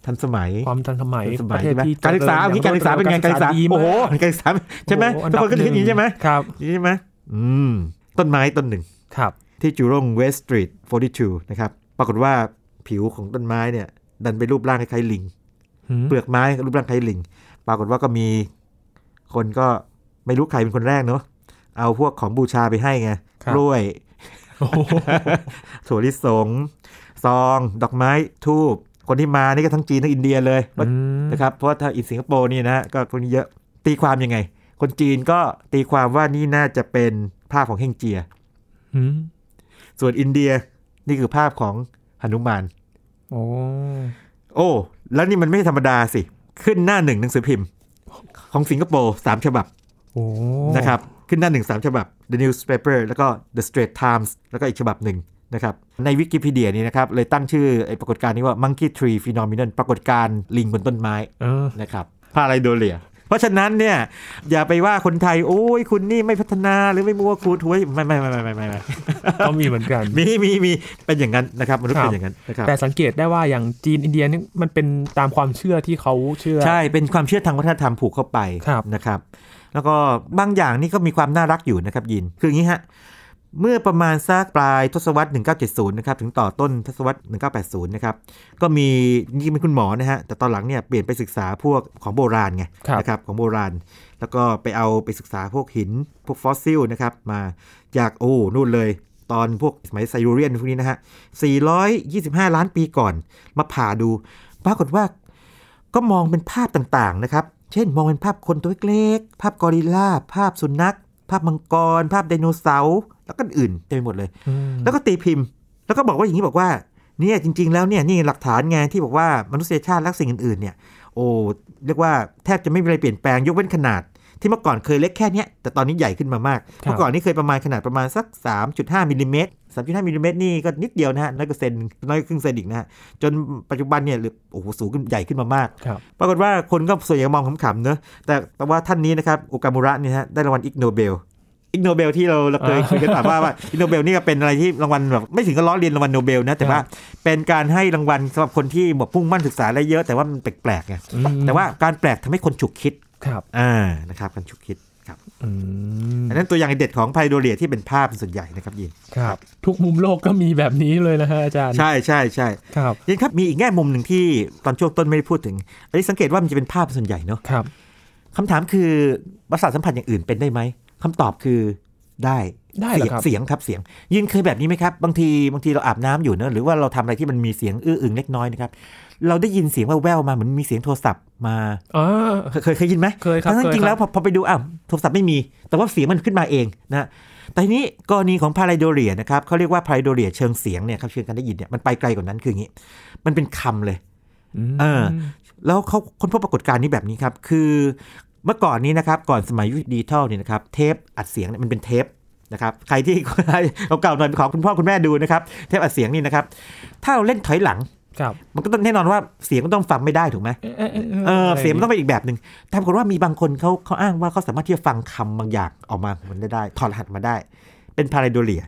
Speaker 2: ทันสมัย
Speaker 1: ความทันสมัย
Speaker 2: ทันส
Speaker 1: ป
Speaker 2: มัย
Speaker 1: ระเทศ
Speaker 2: ใช่ไหม
Speaker 1: ที่
Speaker 2: การศึกษาเอางี้การศึกษาเป็นไงการศึกษา
Speaker 1: ดีม
Speaker 2: โอ้โห
Speaker 1: าก
Speaker 2: การศึกษาใช่ไหม
Speaker 1: โอ้โ
Speaker 2: ทุกคนก็
Speaker 1: อั
Speaker 2: คิดอย่างนี้ใช่ไหม
Speaker 1: ครับ
Speaker 2: อย่างนี้ใช่ไหมอืมต้นไม้ต้นหนึ่ง
Speaker 1: ครับ
Speaker 2: ที่จูรงเวสต์สตรีท42 นะครับ ปรากฏว่าผิวของต้นไม้เนี่ย ดันไปนรูปร่างคล้ายๆลิง เปลือกไม้รูปร่างคล้ายลิง ปรากฏว่าก็มีคนก็ไม่รู้ใครเป็นคนแรกเนาะเอาพวกของบูชาไปให้ไง
Speaker 1: ครับ
Speaker 2: กล้วย
Speaker 1: โอ้โห
Speaker 2: ถั่วลิสง ซอง ดอกไม้ทูบคนที่มานี่ก็ทั้งจีนทั้งอินเดียเลย
Speaker 1: อืม
Speaker 2: นะครับเพราะว่าถ้าอินสิงคโปร์นี่นะฮะก็คนเยอะตีความยังไง คนจีนก็ตีความว่านี่น่าจะเป็นภาพของเฮงเจีย
Speaker 1: อืม
Speaker 2: ส่วนอินเดียนี่คือภาพของหนุมาน
Speaker 1: โอ้
Speaker 2: โอ้ แล้วนี่มันไม่ธรรมดาสิ ขึ้นหน้าหนึ่งหนังสือพิมพ์ ของสิงคโปร์สามฉบับ
Speaker 1: โอ้
Speaker 2: นะครับ ขึ้นหน้าหนึ่งสามฉบับ The Newspaper แล้วก็ The Straits Times แล้วก็อีกฉบับหนึ่งนะครับ ในวิกิพีเดียนี่นะครับ เลยตั้งชื่อไอ้ปรากฏการณ์นี้ว่า Monkey Tree Phenomenon ปรากฏการณ์ลิงบนต้นไม้
Speaker 1: เออ
Speaker 2: นะครับพาไรโดเลีย เพราะฉะนั้นเนี่ย อย่าไปว่าคนไทย โอ้ยคุณนี่ไม่พัฒนาหรือไม่มัวคูทวยไม่ไม่ไม่ไม่ไม่ไม่ไม่
Speaker 1: ก็มีเหมือนกัน
Speaker 2: มีมีมีเป็นอย่างนั้นนะครับมนุษย์
Speaker 1: ครับ
Speaker 2: เป็นอย่างนั้นนะครับ
Speaker 1: แต่สังเกตได้ว่าอย่างจีนอินเดียนี่มันเป็นตามความเชื่อที่เขาเชื่อ
Speaker 2: ใช่เป็นความเชื่อทางวัฒนธรรมผูกเข้าไป
Speaker 1: ครับ
Speaker 2: นะครับ แล้วก็บางอย่างนี่ก็มีความน่ารักอยู่นะครับยิน คืออย่างนี้ฮะ เมื่อประมาณสักปลายทศวรรษ 1970 นะครับ ถึงต่อต้นทศวรรษ 1980 นะครับ ก็มีนี่เป็นคุณหมอนะฮะ แต่ตอนหลังเนี่ยเปลี่ยนไปศึกษาพวกของโบราณไง
Speaker 1: ครับ
Speaker 2: นะครับ ของโบราณ แล้วก็ไปเอาไปศึกษาพวกหิน พวกฟอสซิลนะครับ มาจากโอ้นู่นเลย ตอนพวกสมัยไซรูเรียนพวกนี้นะฮะ 425 ล้านปีก่อน มาผ่าดู ปรากฏว่า ก็มองเป็นภาพต่างๆ นะครับ เช่น มองเป็นภาพคนตัวเล็กๆภาพกอริลลา ภาพสุนัข ภาพมังกร ภาพไดโนเสาร์ แล้วก็อื่นเต็มไปหมดเลย
Speaker 1: อืม
Speaker 2: แล้วก็ตีพิมพ์ แล้วก็บอกว่าอย่างนี้บอกว่า เนี่ยจริง ๆ แล้วเนี่ยนี่หลักฐานไงานที่บอกว่ามนุษยชาติและสิ่งอื่นๆ เนี่ย โอ้ เรียกว่าแทบจะไม่มีอะไรเปลี่ยนแปลงยกเว้นขนาด ที่เมื่อก่อนเคยเล็กแค่เนี้ยแต่ตอนนี้ใหญ่ขึ้นมามาก เมื่อก่อนนี่เคยประมาณขนาดประมาณสัก 3.5มิลลิเมตร3.5มิลลิเมตรนี่ก็นิดเดียวนะฮะน้อยกว่าเซนน้อยกว่าครึ่งเซนอีกนะฮะจนปัจจุบันเนี่ยเหลือโอ้โหสูงขึ้นใหญ่ขึ้นมามาก
Speaker 1: ครับ
Speaker 2: ปรากฏว่าคนก็ส่วนใหญ่มองขำๆเนอะแต่แต่ว่าท่านนี้นะครับโอกามุระเนี่ยฮะได้รางวัลอิกโนเบลอิกโนเบลที่เราเราเคย
Speaker 1: อ่า
Speaker 2: คุยกันถามว่าว่าอิกโนเบลนี่ก็เป็นอะไรที่รางวัลแบบไม่ถึงกับล้อเลียนรางวัลโนเบลนะแต่ว่าเป็นการให้รางวัลสำหรับคนที่แบบพุ่งมั่นศึกษาอะไรเยอะแต่ว่ามันแปลกๆไง
Speaker 1: อืม
Speaker 2: แต่ว่าการแปลกทำให้คนฉุกคิด
Speaker 1: ครับ
Speaker 2: อ่านะครับการฉุกคิดครับ
Speaker 1: อืม
Speaker 2: อันนั้นตัวอย่างเด็ดของไพโดเรียที่เป็นภาพเป็นส่วนใหญ่นะครับยิน
Speaker 1: ครับ ทุกมุมโลกก็มีแบบนี้เลยนะฮะอาจารย์
Speaker 2: ใช่ใช่ใช่
Speaker 1: ครับ
Speaker 2: ยินครับมีอีกแง่มุมหนึ่งที่ตอนช่วงต้นไม่ได้พูดถึงอันนี้สังเกตว่ามันจะเป็นภาพเป็นส่วนใหญ่เนอะ
Speaker 1: ครับ
Speaker 2: คำถามคือประสาทสัมผัสอย่างอื่นเป็นได้ไหมคำตอบคือได้
Speaker 1: ได้เหร
Speaker 2: เสี
Speaker 1: อง ครับ
Speaker 2: เสียงครับเสียงยินเคยแบบนี้ไหมครับ บางทีบางทีเราอาบน้ำอยู่เนอะหรือว่าเราทำอะไรที่มันมีเสียงอื้ออึงเล็กน้อยนะครับเราได้ยินเสียงแว่วๆมาเหมือนมีเสียงโทรศัพท์มา
Speaker 1: อ่า
Speaker 2: เคยเคยเคยยินไหม
Speaker 1: เคยครับ
Speaker 2: ทั้งๆ
Speaker 1: เคย
Speaker 2: จริ
Speaker 1: ค
Speaker 2: ง
Speaker 1: รับ
Speaker 2: แล้วพอพอไปดูอ้าวโทรศัพท์ไม่มี แต่ว่าเสียงมันขึ้นมาเองนะแต่ทีนี้กรณีของพาราโดเรียนะครับเขาเรียกว่าพาราโดเรียเชิงเสียงเนี่ยครับเชิงการได้ยินเนี่ยมันไปไกลกว่านั้นคืออย่างนี้ มันเป็นคำเลย
Speaker 1: ม
Speaker 2: เออ แล้วเขาค้นพบปรากฏการณ์นี้แบบนี้ครับ คือเมื่อก่อนนี้นะครับ ก่อนสมัยยุคดิจิทัลเนี่ยนะครับ เทปอัดเสียงเนี่ยมันเป็นเทปนะครับ ใครที่ เก่าๆหน่อยไปขอคุณพ่อคุณแม่ดูนะครับ เทปอัดเสียงนี่นะครับ ถ้าเราเล่นถอยหลัง
Speaker 1: ครับ
Speaker 2: มันก็ต้องแน่นอนว่าเสียงก็ต้องฟังไม่ได้ถูกไหม
Speaker 1: เออ
Speaker 2: เออเสียงมันต้องเป็นอีกแบบหนึ่งแต่ปรากฏว่ามีบางคนเขาเขาอ้างว่าเขาสามารถที่จะฟังคำบางอย่างออกมาของมันได้ ถอดรหัสมาได้ เป็นพาราโดเลีย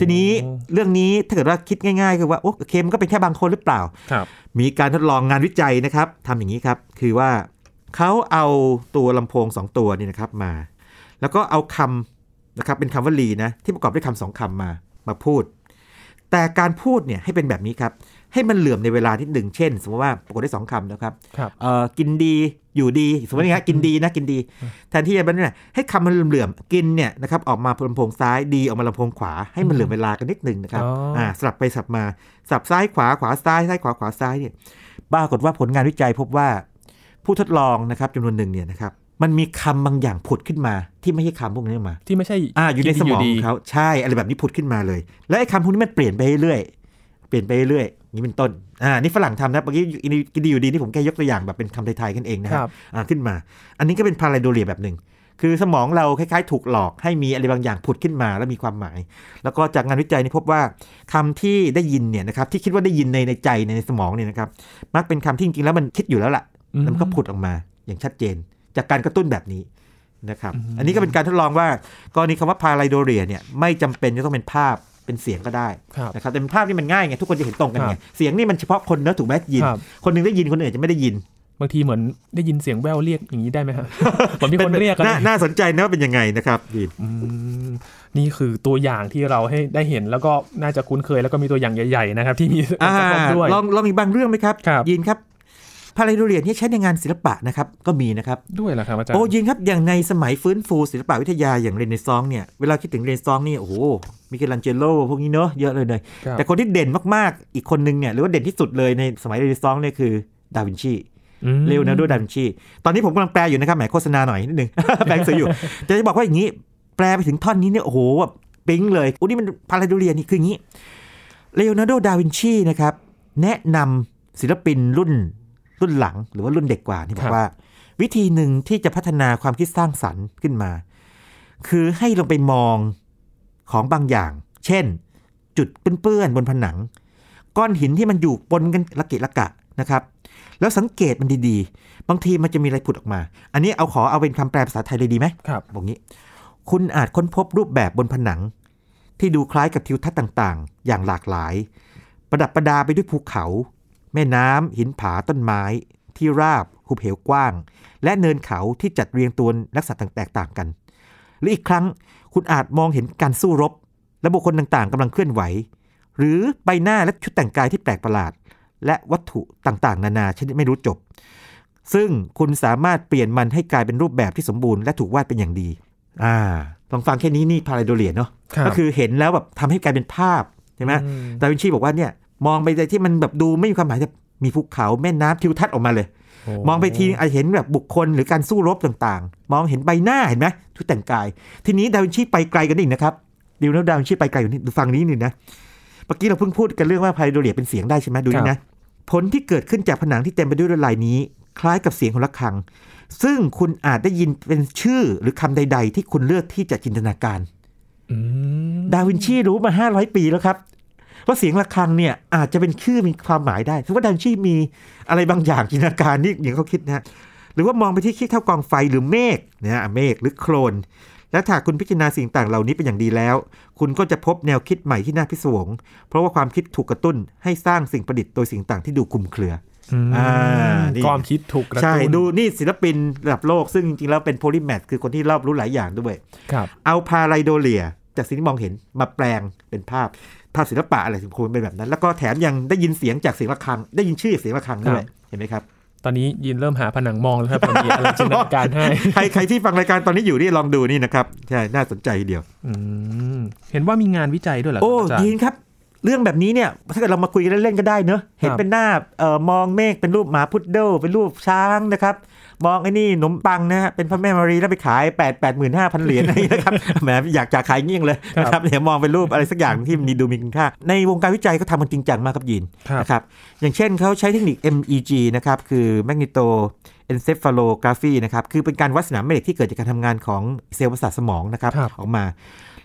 Speaker 2: ทีนี้เรื่องนี้ถ้าเกิดว่าคิดง่ายๆ คือว่าโอเคมันก็เป็นแค่บางคนหรือเปล่า
Speaker 1: ครับ
Speaker 2: มีการทดลองงานวิจัยนะครับทำอย่างนี้ครับ คือว่า เขาเอาตัวลำโพงสองตัวนี่นะครับมา แล้วก็เอาคำนะครับเป็นคำวลีนะที่ประกอบด้วยคำสองคำมามาพูด แต่การพูดเนี่ยให้เป็นแบบนี้ครับ ให้มันเหลื่อมในเวลานิดหนึ่งเช่น สมมติว่าประกอบด้วยสองคำนะครับ
Speaker 1: ครับ
Speaker 2: เอ่อกินดีอยู่ดีสมมตินะกินดีนะกินดี แทนที่จะเป็นเนี่ยให้คำมันเหลื่อมๆกินเนี่ยนะครับออกมาลำโพงซ้ายดีออกมาลำโพงขวาให้มันเหลื่อมเวลากันนิดหนึ่งนะครับ
Speaker 1: อ๋ออ่
Speaker 2: ่าสลับไปสลับมาสลับซ้ายขวาขวาซ้ายซ้ายขวาขวาซ้ายเนี่ยปรากฏว่าผลงานวิจัยพบว่า ผู้ทดลองนะครับจำนวนหนึ่งเนี่ยนะครับมันมีคำบางอย่างผุดขึ้นมาที่ไม่ใช่คำพวกนี้ออกมา
Speaker 1: ที่ไม่ใช่
Speaker 2: อ่าอยู่ในสมอง
Speaker 1: ดี
Speaker 2: เขาใช่อะไรแบบนี้ผุดขึ้นมาเลย และไอ้คำพวกนี้มันเปลี่ยนไปเรื่อยๆเปลี่ยนไปเรื่อยๆอย่างนี้เป็นต้นอ่านี่ฝรั่งทำนะเมื่อกี้กินดีอยู่ดีนี่ผมแค่ยกตัวอย่างแบบเป็นคำไทยๆกันเองนะค
Speaker 1: ครั
Speaker 2: รับบ อ่าขึ้นมา อันนี้ก็เป็นพาราโดเรียแบบหนึ่งคือสมองเราคล้ายๆ ถูกหลอกให้มีอะไรบางอย่างผุดขึ้นมาแล้วมีความหมาย แล้วก็จากงานวิจัยนี่พบว่าคำที่ได้ยินเนี่ยนะครับที่คิดว่าได้ยินในในใจในในสมองเนี่ยนะครับมักเป็นคำที่จริงๆแล้วมันคิดอยู่แล้วล่ะ
Speaker 1: อืม
Speaker 2: แล้วมันก็ผุดออกมาอย่างชัดเจน จากการกระตุ้นแบบนี้นะครับ
Speaker 1: อืม
Speaker 2: อันนี้ก็เป็นการทดลองว่ากรณีคำว่าพาไลโดเรียเนี่ยไม่จำเป็นจะต้องเป็นภาพเป็นเสียงก็ได้
Speaker 1: ครับ
Speaker 2: นะครับแต่เป็นภาพที่มันง่ายไงทุกคนจะเห็นตรงกัน
Speaker 1: ค
Speaker 2: ไง
Speaker 1: รับ
Speaker 2: เสียงนี่มันเฉพาะคนเนอะถูกไหมยิน
Speaker 1: ครับ
Speaker 2: คนหนึงได้ยินคนอื่นอาจจะไม่ได้ยิน
Speaker 1: บางทีเหมือนได้ยินเสียงแววเรียกอย่างนี้ได้ไหมฮะ เหมือนมีคนเรียกกั
Speaker 2: น่าน่าสนใจนะว่าเป็นยังไงนะครับยิน
Speaker 1: นี่คือตัวอย่างที่เราให้ได้เห็นแล้วก็น่าจะคุ้นเคยแล้วก็มีตัวอย่างใหญ่ ๆ นะครับ ที่มี
Speaker 2: อ่า
Speaker 1: ประกอบด้วย
Speaker 2: ลองลองอีกบางเรื่องไหมครับ
Speaker 1: ครับ
Speaker 2: ยินครับพาไลโดเรียเนี่ยใช้ในงานศิลปะนะครับก็มีนะครับ
Speaker 1: ด้วยเหรอครับอาจารย์
Speaker 2: โอ้ยิงครับ อย่างในสมัยฟื้นฟูศิลปวิทยาอย่างเรเนซองส์เนี่ย เวลาคิดถึงเรเนซองส์นี่ โอ้โหมิเคลันเจโลพวกนี้เนอะเยอะเลยเลย
Speaker 1: ครับ
Speaker 2: แต่คนที่เด่นมาก ๆ อีกคนนึงเนี่ย หรือว่าเด่นที่สุดเลยในสมัยเรเนซองส์เนี่ยคือดาวินชี
Speaker 1: อืม
Speaker 2: เรโอนาร์โด ดาวินชี ตอนนี้ผมกำลังแปลอยู่นะครับแหมโฆษณาหน่อยนิดนึง แปลหนังสืออยู่ แต่จะบอกว่าอย่างนี้ แปลไปถึงท่อนนี้เนี่ยโอ้โหแบบปิ๊งเลยอุ้นี่มันพาราโดเรียนี่คืออย่างนี้เรโอนาร์โด ดาวินชีนะครับ แนะนำศิลปินรุ่นรุ่นหลังหรือว่ารุ่นเด็กกว่านี่บอ
Speaker 1: ครั
Speaker 2: ก
Speaker 1: บ
Speaker 2: ว่า วิธีหนึ่งที่จะพัฒนาความคิดสร้างสรรค์ขึ้นมา คือให้ลงไปมองของบางอย่าง เช่น จุดเปื้อนๆบนผนัง ก้อนหินที่มันอยู่ปนกันละเกะละกะนะครับ แล้วสังเกตมันดีๆ บางทีมันจะมีอะไรผุดออกมา อันนี้เอาขอเอาเป็นคำแปลภาษาไทยเลยดีไหม
Speaker 1: ครับ
Speaker 2: บอกงี้ คุณอาจค้นพบรูปแบบบนผนัง ที่ดูคล้ายกับทิวทัศน์ต่างๆ อย่างหลากหลาย ประดับประดาไปด้วยภูเขา แม่น้ำหินผาต้นไม้ ที่ราบหุบเหวกว้าง และเนินเขาที่จัดเรียงตัวลักษณะต่างแตกต่างกัน หรืออีกครั้งคุณอาจมองเห็นการสู้รบ และบุคคลต่างๆกำลังเคลื่อนไหว หรือใบหน้าและชุดแต่งกายที่แปลกประหลาด และวัตถุต่างๆ นานาชนิดไม่รู้จบ ซึ่งคุณสามารถเปลี่ยนมันให้กลายเป็นรูปแบบที่สมบูรณ์และถูกวาดเป็นอย่างดี อ่าลองฟังแค่นี้นี่พาราโดเรียนเนาะ
Speaker 1: ครับ
Speaker 2: ก็คือเห็นแล้วแบบทำให้กลายเป็นภาพใช่ไหม
Speaker 1: อืม
Speaker 2: ดาวินชีบอกว่าเนี่ยมองไปในที่มันแบบดูไม่มีความหมายแต่มีภูเขาแม่น้ำทิวทัศน์ออกมาเลย
Speaker 1: โ
Speaker 2: มองไปทีอาจเห็นแบบบุคคลหรือการสู้รบต่างๆ มองเห็นใบหน้าเห็นไหมชุดแต่งกาย ทีนี้ดาวินชีไปไกลกันอีกนะครับดิวแล้วดาวินชีไปไกลกว่านี้ดูฟังนี้นี่นะเมื่อกี้เราเพิ่งพูดกันเรื่องว่าไพโดเรียเป็นเสียงได้ใช่ไหมดูนี่นะผลที่เกิดขึ้นจากผนังที่เต็มไปด้วยลวดลายนี้ คล้ายกับเสียงของระฆัง ซึ่งคุณอาจได้ยินเป็นชื่อหรือคำใด ๆ ที่คุณเลือกที่จะจินตนาการ
Speaker 1: อืม
Speaker 2: ดาวินชีรู้มา 500 ปีแล้วครับ ว่าเสียงะระฆังเนี่ยอาจจะเป็นชื่อมีความหมายได้ถือว่าดาวินชีมีอะไรบางอย่างจินตนาการนี่อย่างเขาคิดนะฮะหรือว่ามองไปที่ขี้เท่ากองไฟหรือเมฆเนะเมฆหรือโคลน และถ้าคุณพิจารณาสิ่งต่างเหล่านี้เป็นอย่างดีแล้ว คุณก็จะพบแนวคิดใหม่ที่น่าพิศวง เพราะว่าความคิดถูกกระตุ้นให้สร้างสิ่งประดิษฐ์โดยสิ่งต่างที่ดูคลุมเครือ อ่านี่
Speaker 1: ความคิดถูกกระตุ้น
Speaker 2: ใช่ดูนี่ศิลปินระดับโลกซึ่งจริงๆแล้วเป็นโพลิแมทคือคนที่รอบรู้หลายอย่างด้วย
Speaker 1: ครับ
Speaker 2: เอาพาไรโดเลียจากสิ่งที่มองเห็นมาแปลงเป็นภาพภาพศิลปะอะไรถึงควรเป็นแบบนั้น แล้วก็แถมยังได้ยินเสียงจากเสียงะระฆัง ได้ยินชื่อจากเสียงะระฆังด้
Speaker 1: ค
Speaker 2: วย
Speaker 1: รับ
Speaker 2: เห็นไหมครับ
Speaker 1: ตอนนี้ยินเริ่มหาผนังมองแล้วครับผมมีอะไรจินตนาการให้
Speaker 2: ใครใครที่ฟังรายการตอนนี้อยู่นี่ลองดูนี่นะครับใช่น่าสนใจทีเดียว
Speaker 1: อืมเห็นว่ามีงานวิจัยด้วยเหรอครับ
Speaker 2: โอ้
Speaker 1: อาจาร
Speaker 2: ยิน
Speaker 1: ย์
Speaker 2: ครับ เรื่องแบบนี้เนี่ยถ้าเกิดเรามาคุยกันเล่นๆก็ได้เนอะเห็นเป็นหน้าเอ่อมองเมฆเป็นรูปหมาพุดเดิลเป็นรูปช้างนะครับมองไอ้นี่ขนมปังนะฮะเป็นพระแม่มารีแล้วไปขาย 8 8 5 0 0 0 เหรียญอะไรนะครับ แหมอยากจะขายเงี้ยงเลยนะครับเดี๋ยวมองเป็นรูปอะไรสักอย่างที่มันดูมีคุณค่า ในวงการวิจัยเขาทำกันจริงจังมากครับยิน
Speaker 1: ครับ
Speaker 2: นะครับอย่างเช่นเขาใช้เทคนิค MEG นะครับคือ Magneto Encephalography นะครับคือเป็นการวัดสนามแม่เหล็กที่เกิดจากการทำงานของเซลล์ประสาทสมองนะครับ
Speaker 1: ครับ
Speaker 2: ออกมา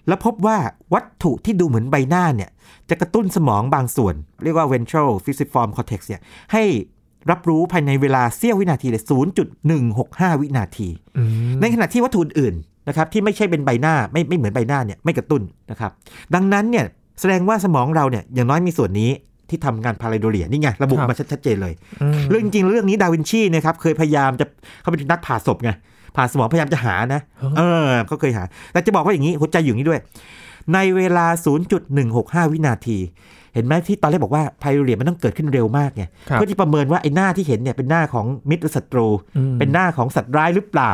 Speaker 2: แล้วพบว่าวัตถุที่ดูเหมือนใบหน้าเนี่ย จะกระตุ้นสมองบางส่วน เรียกว่า ventral fusiform cortex เนี่ยให้รับรู้ภายในเวลาเสี้ยววินาทีเลย 0.165 วินาที
Speaker 1: อืม
Speaker 2: ในขณะที่วัตถุอื่นๆนะครับที่ไม่ใช่เป็นใบหน้าไม่ไม่เหมือนใบหน้าเนี่ยไม่กระตุ้นนะครับ ดังนั้นเนี่ยแสดงว่าสมองเราเนี่ยอย่างน้อยมีส่วนนี้ ที่ทำงานพาราโดเลียนี่ไงระบุ
Speaker 1: ครับ
Speaker 2: มาชัดๆเจนเลย
Speaker 1: อืม
Speaker 2: เรื่องจริงๆเรื่องนี้ดาวินชีเนะครับเคยพยายามจะเขาเป็นนักผ่าศพไงผ่าสมองพยายามจะหานะ เออเขาเคยหา แต่จะบอกว่าอย่างนี้หัวใจอยู่อย่างนี้ด้วย ในเวลา 0.165 วินาที เห็นไหมที่ตอนแรกบอกว่าไพโรเลียมันต้องเกิดขึ้นเร็วมากไง
Speaker 1: ครั
Speaker 2: เพื่อที่ประเมินว่าไอ้หน้าที่เห็นเนี่ยเป็นหน้าของมิตรหรือศัตรู
Speaker 1: อืม
Speaker 2: เป็นหน้าของสัตว์ร้ายหรือเปล่า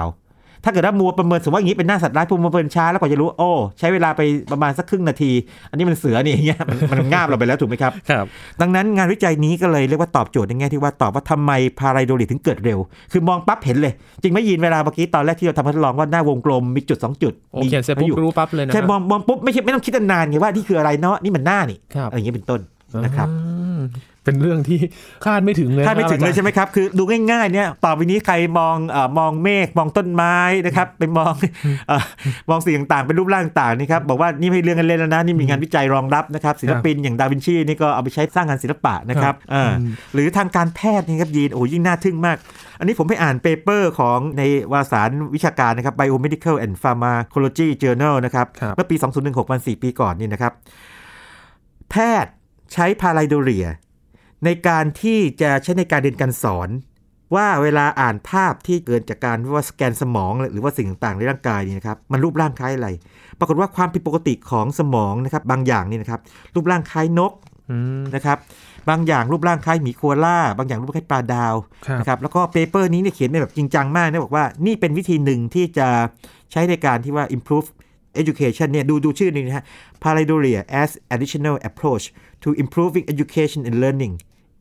Speaker 2: ถ้าเกิดว่ามัวประเมินสมมติว่าอย่างนี้เป็นหน้าสัตว์ร้ายพูดมาเมินช้าแล้วกว่าจะรู้โอ้ใช้เวลาไปประมาณสักครึ่งนาที อันนี้มันเสือนี่อย่างเงี้ย มันมันงาบเราไปแล้วถูกไหมครับ
Speaker 1: ครับ
Speaker 2: ดังนั้นงานวิจัยนี้ก็เลยเรียกว่าตอบโจทย์ในแง่ที่ว่าตอบว่าทำไมพาไรโดลิถึงเกิดเร็ว คือมองปั๊บเห็นเลย จริงไหม่ยินเวลาเมื่อกี้ตอนแรกที่เราทำทดลองว่าหน้าวงกลมมีจุด 2 จุด
Speaker 1: โอเคเสร็จ
Speaker 2: มี
Speaker 1: ปุ๊บ
Speaker 2: ยู่
Speaker 1: รู้ปั๊บเลยนะ
Speaker 2: แค่มองมองปุ๊บไม่ใช่ไม่ต้องคิดนานๆไงว่านี่คืออะไรเนาะนี่มันหน้านี่
Speaker 1: ครับ
Speaker 2: อะไรอย่างเงี้ยเป็นต้นนะครับ
Speaker 1: อืมเป็นเรื่องที่คาดไม่ถึงเลย
Speaker 2: ถ้าไม่ถึงเลยใช่ไหมครับคือดูง่ายๆเนี่ยต่อไปนี้ใครมองเออมองเมฆมองต้นไม้นะครับไปมองเอ่อมองสิ่งต่างๆเป็นรูปร่างต่างๆนี่ครับบอกว่านี่ไม่ใช่เรื่องเล่นๆแล้วนะนี่มีงานวิจัยรองรับนะครับศิลปินอย่างดาวินชีนี่ก็เอาไปใช้สร้างงานศิลปะนะครับเออ
Speaker 1: อืม
Speaker 2: หรือทางการแพทย์นะครับยีนโอ้ยิ่งน่าทึ่งมาก อันนี้ผมไปอ่านเปเปอร์ของในวารสารวิชาการนะครับ Biomedical and Pharmacology Journal นะครับ
Speaker 1: ครับ
Speaker 2: เมื่อปี 2016วัน4ปีก่อนนี่นะครับ แพทย์ใช้พาไลโดเรีย ในการที่จะใช้ในการเรียนการสอน ว่าเวลาอ่านภาพที่เกิดจากการว่าสแกนสมองหรือว่าสิ่งต่างๆในร่างกายนี่นะครับมันรูปร่างคล้ายอะไร ปรากฏว่าความผิดปกติของสมองนะครับบางอย่างนี่นะครับรูปร่างคล้ายนก
Speaker 1: อืม
Speaker 2: นะครับบางอย่างรูปร่างคล้ายหมีโคอาล่า บางอย่างรูปร่างคล้ายปลาดาว
Speaker 1: ครับ
Speaker 2: นะครับแล้วก็เปเปอร์นี้เนี่ยเขียนในแบบจริงจังมากนะบอกว่านี่เป็นวิธีหนึ่งที่จะใช้ในการที่ว่า improve education เนี่ยดูดูชื่อนี้นะฮะ pareidolia as additional approach to improving education and learning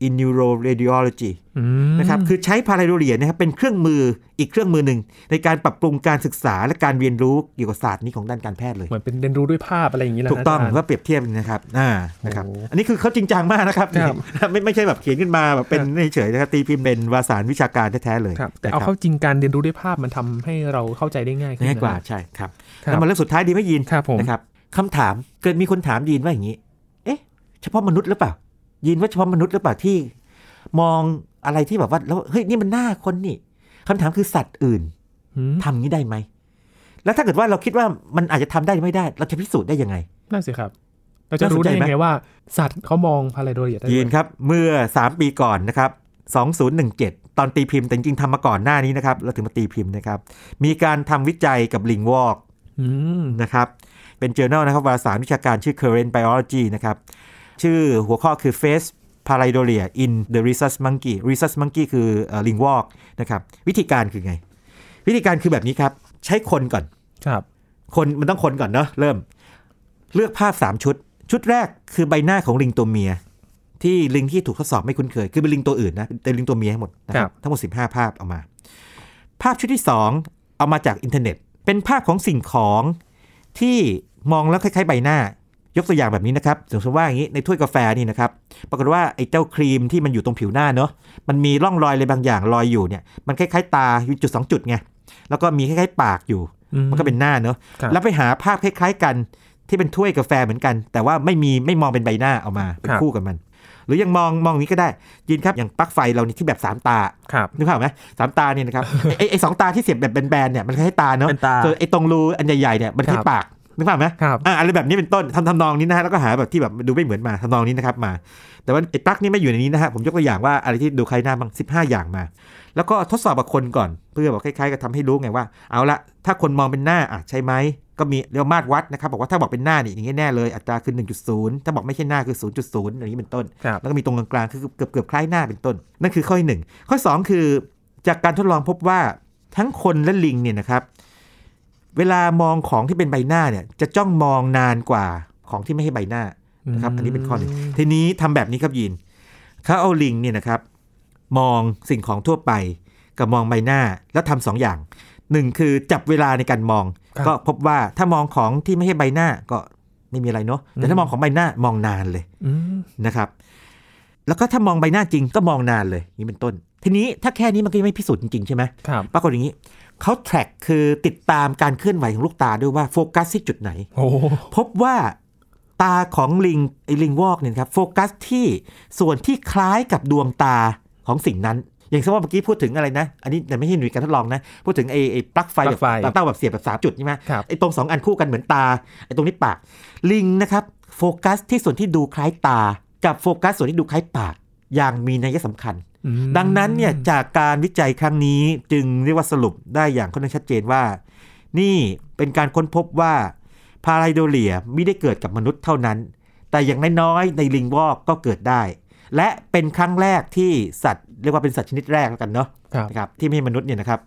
Speaker 2: in neuroradiology
Speaker 1: อืม
Speaker 2: นะครับคือใช้พาราโดเรียนะครับเป็นเครื่องมืออีกเครื่องมือหนึ่งในการปรับปรุงการศึกษาและการเรียนรู้เกี่ยวกับศาสตร์นี้ของด้านการแพทย์เลย
Speaker 1: เหมือนเป็นเรียนรู้ด้วยภาพอะไรอย่างนี้แหละ
Speaker 2: ถูกต้อง
Speaker 1: าจารย์
Speaker 2: ว่าเปรียบเทียบนะครับ อ่า นะครับ
Speaker 1: โอ้
Speaker 2: อันนี้คือเขาจริงจังมากนะครับ
Speaker 1: ครับ
Speaker 2: ไม่ไม่ใช่แบบเขียนขึ้นมาแบบเป็นเฉยๆนะครับตีพิมพ์เป็นวารสารวิชาการแท้ๆเลย
Speaker 1: ครับ แต่
Speaker 2: นะ
Speaker 1: เอาเข้าจริงการเรียนรู้ด้วยภาพมันทำให้เราเข้าใจได้ง่ายขึ้น
Speaker 2: ง่ายกว่า
Speaker 1: นะ
Speaker 2: ใช่ครับ
Speaker 1: ครั
Speaker 2: แล้ว
Speaker 1: บ
Speaker 2: มาเรื่องสุดท้ายดีไหมยีน
Speaker 1: ครับผม
Speaker 2: นะครับคำถามเกิดมีคนถามยีนว่าอย่างนี้ เอ๊ะ เฉพาะมนุษย์หรือเปล่า ยีนว่าเฉพาะมนุษย์หรือเปล่าที่ มองอะไรที่แบบว่าแล้วเฮ้ยนี่มันหน้าคนนี่คำถามคือสัตว์อื่น
Speaker 1: อืม
Speaker 2: ทำนี้ได้ไหม แล้วถ้าเกิดว่าเราคิดว่ามันอาจจะทำได้หรือไม่ได้ เราจะพิสูจน์ได้ยังไง
Speaker 1: นั่นสิครับ เราจะรู้ได้ยังไงว่า สัตว์เขามองพาไรโดเรียได้
Speaker 2: ยี
Speaker 1: ด้วน ย
Speaker 2: ครับ เมื่อ 3 ปีก่อนนะครับ 2017 ตอนตีพิมพ์แต่จริงๆทำมาก่อนหน้านี้นะครับ เราถึงมาตีพิมพ์นะครับ มีการทำวิจัยกับลิงวอก
Speaker 1: อืม
Speaker 2: นะครับ เป็น journal นะครับวารสารวิชาการชื่อ Current Biology นะครับ ชื่อหัวข้อคือ Face Pareidolia in the Rhesus Monkey Rhesus Monkey คือเอ่อลิงวอกนะครับ วิธีการคือไง วิธีการคือแบบนี้ครับ ใช้คนก่อน
Speaker 1: ครับ
Speaker 2: คนมันต้องคนก่อนเนอะเริ่ม เลือกภาพ 3 ชุด ชุดแรกคือใบหน้าของลิงตัวเมีย ที่ลิงที่ถูกทดสอบไม่คุ้นเคย คือเป็นลิงตัวอื่นนะแต่ลิงตัวเมียทั้งหมดนะค
Speaker 1: ครั
Speaker 2: รับบ ทั้งหมด 15 ภาพเอามา ภาพชุดที่ 2 เอามาจากอินเทอร์เน็ต เป็นภาพของสิ่งของที่มองแล้วคล้ายๆ ใบหน้า ยกตัวอย่างแบบนี้นะครับสมมติว่าอย่างนี้ในถ้วยกาแฟนี่นะครับปรากฏว่าไอ้เจ้าครีมที่มันอยู่ตรงผิวหน้าเนอะมันมีร่องรอยอะไรบางอย่างลอยอยู่เนี่ยมันคล้ายๆ ตาอยู่จุดสองจุดไงแล้วก็มีคล้ายๆ ปากอยู่
Speaker 1: อื
Speaker 2: มันก็เป็นหน้าเนอะ
Speaker 1: ครับ
Speaker 2: แล้วไปหาภาพคล้ายๆกันที่เป็นถ้วยกาแฟเหมือนกัน แต่ว่าไม่มีไม่มองเป็นใบหน้าเอามาเป็นคู่กับมัน หรือยังมองมองอย่างนี้ก็ได้ยินครับอย่างปลั๊กไฟเรานี่ที่แบบสามตา
Speaker 1: ครับ
Speaker 2: นึกภาพไหมสามตาเนี่ยนะครับ ไอไอ้ไอสองตาที่เสียบแบบแบนๆเนี่ยมันคล้ายๆตาเนอะ
Speaker 3: เป็นตา
Speaker 2: ส่วนไอตรงรูอันใหญ่ๆเนี่ยมันคล้าย
Speaker 1: ครับ
Speaker 2: ปากนึกภาพไหม
Speaker 1: ครับ
Speaker 2: อ่ะอะไรแบบนี้เป็นต้นทำทำนองนี้นะฮะแล้วก็หาแบบที่แบบดูไม่เหมือนมาทำนองนี้นะครับมา แต่ว่าไอ้ปลั๊กนี่ไม่อยู่ในนี้นะฮะผมยกตัวอย่างว่าอะไรที่ดูคล้ายหน้าบ้าง15 อย่างมา แล้วก็ทดสอบกับคนก่อน เพื่อแบบคล้ายๆกับทำให้รู้ไงว่าเอาละถ้าคนมองเป็นหน้าอ่ะใช่ไหมก็มีเรียกว่ามาตรวัดนะครับบอกว่าถ้าบอกเป็นหน้านี่อย่างนี้แน่เลยอัตราคือ 1.0 ถ้าบอกไม่ใช่หน้าคือ 0.0อย่างนี้เป็นต้น
Speaker 1: ครับ
Speaker 2: แล้วก็มีตรงกลางๆคือเกือบเกือบๆคล้ายหน้าเป็นต้น นั่นคือข้อที่หนึ่งข้อสองคือจากการทดลองพบว่าทั้งคนและลิงเนี่ยนะครับ เวลามองของที่เป็นใบหน้าเนี่ยจะจ้องมองนานกว่าของที่ไม่ให้ใบหน้านะครับ อันนี้เป็นข้อหนึ่งทีนี้ทำแบบนี้ครับยีนเขาเอาลิงเนี่ยนะครับ มองสิ่งของทั่วไปกับมองใบหน้าแล้วทำสองอย่างหนึ่งคือจับเวลาในการมอง
Speaker 1: ครับ
Speaker 2: ก็พบว่าถ้ามองของที่ไม่ให้ใบหน้าก็ไม่มีอะไรเนาะแต่ถ้ามองของใบหน้ามองนานเลย
Speaker 1: อืม
Speaker 2: นะครับ แล้วก็ถ้ามองใบหน้าจริงก็มองนานเลยนี่เป็นต้น ทีนี้ถ้าแค่นี้มันก็ยังไม่พิสูจน์จริง ๆ ใช่ไหม
Speaker 1: ครับ
Speaker 2: ปรากฏอย่างนี้เขา track คือติดตามการเคลื่อนไหวของลูกตาด้วยว่าโฟกัสที่จุดไหน
Speaker 1: โอ้โห
Speaker 2: พบว่าตาของลิงไอ้ลิงวอกเนี่ยนะครับโฟกัสที่ส่วนที่คล้ายกับดวงตาของสิ่งนั้น อย่างเช่นว่าเมื่อกี้พูดถึงอะไรนะ อันนี้แต่ไม่ใช่หน่วยการทดลองนะ พูดถึงไอ้ไอ้ปลั๊กไฟ
Speaker 1: ป
Speaker 2: แบ
Speaker 1: ลั๊ก
Speaker 2: บ
Speaker 1: ไฟ
Speaker 2: เต้าแบบเสียบแบบสามจุดใช่ไหม
Speaker 1: ครับ
Speaker 2: ไอ้ตรงสองอันคู่กันเหมือนตาไอ้ตรงนี้ปากลิงนะครับโฟกัสที่ส่วนที่ดูคล้ายตา กับโฟกัสส่วนที่ดูคล้ายปาก อย่างมีนัยสำคัญ
Speaker 1: อืม
Speaker 2: ดังนั้นเนี่ยจากการวิจัยครั้งนี้จึงเรียกว่าสรุปได้อย่างค่อนข้างชัดเจนว่า นี่เป็นการค้นพบว่าพาไรโดเลียไม่ได้เกิดกับมนุษย์เท่านั้น แต่อย่างน้อยๆในลิงวอกก็เกิดได้ และเป็นครั้งแรกที่สัตว์เรียกว่าเป็นสัตว์ชนิดแรกแล้วกันเนาะ
Speaker 1: ครับ
Speaker 2: นะครับที่ไม่ใช่มนุษย์เนี่ยนะครับ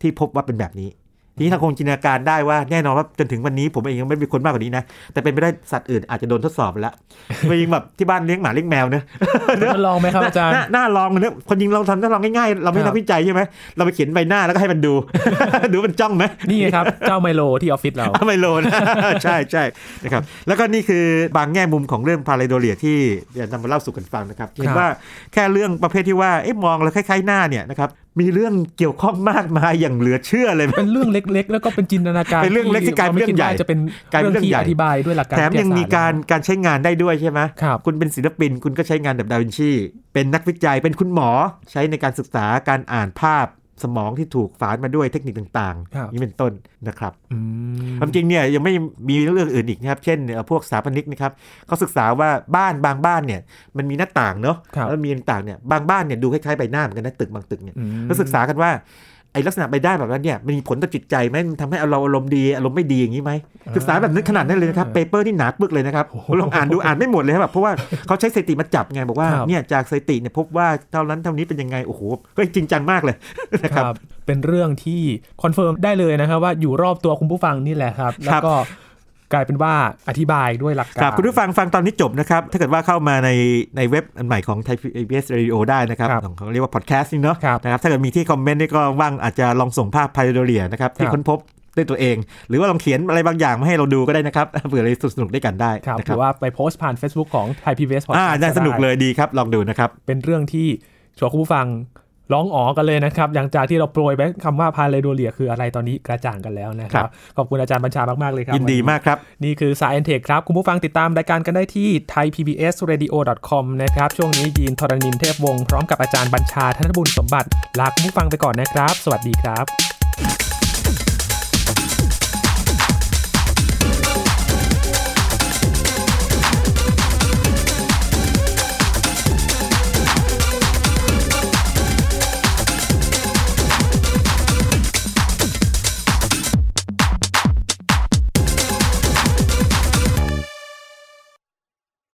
Speaker 2: ที่พบว่าเป็นแบบนี้ ทีนี้ทางคงจินตนาการได้ว่าแน่นอนว่าจนถึงวันนี้ผมเองยังไม่มีคนมากกว่านี้นะ แต่เป็นไปได้สัตว์อื่นอาจจะโดนทดสอบแล้ว คนยิงแบบที่บ้านเลี้ยงหมาเลี้ยงแมวเนอะ
Speaker 1: ทดลองไหมครับอาจารย์
Speaker 2: น่น่าลองเนอะคนยิงเราทำทดลองง่ายๆ เราไม่
Speaker 1: ครับ
Speaker 2: ทำวิจัยใช่ไหมเราไปเขียนใบหน้าแล้วก็ให้มันดู ดูมันจ้องไหม
Speaker 1: นี่ไงครับ เจ้าไมโลที่ออฟฟิศเรา
Speaker 2: อะไมโลนะ ใช่ใช่นะครับแล้วก็นี่คือบางแง่มุมของเรื่องพาไรโดเลียที่เดี๋ยวนำมาเล่าสู่กันฟังนะครับเห็
Speaker 1: ครั
Speaker 2: น
Speaker 1: บ
Speaker 2: ว่าแค่เรื่องประเภทที่ว่าเอ๊ะมองแล้วคล้ายๆหน้าเนี่ยนะครับมีเรื่องเกี่ยวข้องมากมายอย่างเหลือเชื่อเลย
Speaker 1: เป็นเรื่องเเล็ก ๆ แล้วก็เป็นจินตนาการ
Speaker 2: เป็นเรื่องเล็กที่กลายเป็นเรื่องใหญ่
Speaker 1: าไม่คิดว่าจะเป็น
Speaker 2: กลายเป็น
Speaker 1: เรื่องที่
Speaker 2: เรื่องใหญ่
Speaker 1: อธิบายด้วยหลักการ
Speaker 2: แถมยังมีการการใช้งานได้ด้วยใช่ไหม
Speaker 1: ครับ
Speaker 2: คุณเป็นศิลปินคุณก็ใช้งานแบบดาวินชีเป็นนักวิจัยเป็นคุณหมอใช้ในการศึกษาการอ่านภาพสมองที่ถูกฝานมาด้วยเทคนิคต่าง
Speaker 1: ครับ
Speaker 2: ๆนี่เป็นต้นนะครับ
Speaker 1: อืม
Speaker 2: ความจริงเนี่ยยังไม่มีเรื่องอื่นอีกนะครับ เช่นเอ่อพวกสถาปนิกนะครับเขาศึกษาว่าบ้านบางบ้านเนี่ยมันมีหน้าต่างเนาะ
Speaker 1: ครับ
Speaker 2: แล้วมีหน้าต่างเนี่ยบางบ้านเนี่ยดูคล้ายๆใบหน้าเหมือนกันนะตึกบางตึกเนี่ย
Speaker 1: อืม
Speaker 2: ก็ศึกษากันว่าไอ้ลักษณะใบหน้าแบบนั้นเนี่ยมันมีผลต่อจิตใจไหมมันทำให้เราอารมณ์ดีอารมณ์ไม่ดีอย่างนี้ไหม
Speaker 1: อ่า
Speaker 2: ศึกษาแบบนั้นขนาดนั้นเลยนะครับเปเปอร์ที่หนาปึกเลยนะครับ
Speaker 1: โอ้โห
Speaker 2: ลองอ่านดูอ่านไม่หมดเลยครับเพราะว่าเขาใช้สถิติมาจับไงบอกว่า
Speaker 1: ครับ
Speaker 2: เนี่ยจากสถิติเนี่ยพบว่าเท่านั้นเท่านี้เป็นยังไงโอ้โหเฮ้ยจริงจังมากเลยนะ
Speaker 1: ค
Speaker 2: ครับ
Speaker 1: รับ เป็นเรื่องที่คอนเฟิร์มได้เลยนะครับ ว่าอยู่รอบตัวคุณผู้ฟังนี่แหละครับ แล้วก็กลายเป็นว่าอธิบายด้วยหลักการ
Speaker 2: ครับคุณผู้ฟังฟังตอนนี้จบนะครับ ถ้าเกิดว่าเข้ามาในในเว็บอันใหม่ของไทยพีเอสเรดิโอได้นะครับ
Speaker 1: ครับ
Speaker 2: ของเขาเรียกว่าพอดแคสต์นี่เนาะ
Speaker 1: ครับ
Speaker 2: นะครับถ้าเกิดมีที่คอมเมนต์นี่ก็ว่างอาจจะลองส่งภาพไพโดเรียนะครับที่
Speaker 1: ครับ
Speaker 2: ค้นพบด้วยตัวเอง หรือว่าลองเขียนอะไรบางอย่างมาให้เราดูก็ได้นะครับ เผื่ออะไรสนุกๆด้วยกันได้
Speaker 1: ครับ
Speaker 2: นะ
Speaker 1: หรือว่าไปโพสต์ผ่าน Facebook ของไทยพีบีเอส
Speaker 2: อ่าน่าสนุกเลยดีครับ ลองดูนะครับ
Speaker 1: เป็นเรื่องที่ชวนคุณผู้ฟังร้องอ๋อกันเลยนะครับหลังจากที่เราโปรยไปคำว่าพาเลโดเลียคืออะไรตอนนี้กระจ่างกันแล้วนะครั
Speaker 2: ครับ บ
Speaker 1: ขอบคุณอาจารย์บัญชามาก ๆ เลยครับ
Speaker 2: ยินดีมากครับ
Speaker 1: นี่คือสายเอ็นเทคครับ คุณผู้ฟังติดตามรายการกันได้ที่ thaipbsradio.com นะครับ ช่วงนี้ยีนทรณินเทพวงศ์พร้อมกับอาจารย์บัญชาธนบุญสมบัติลาคุณผู้ฟังไปก่อนนะครับ สวัสดีครับ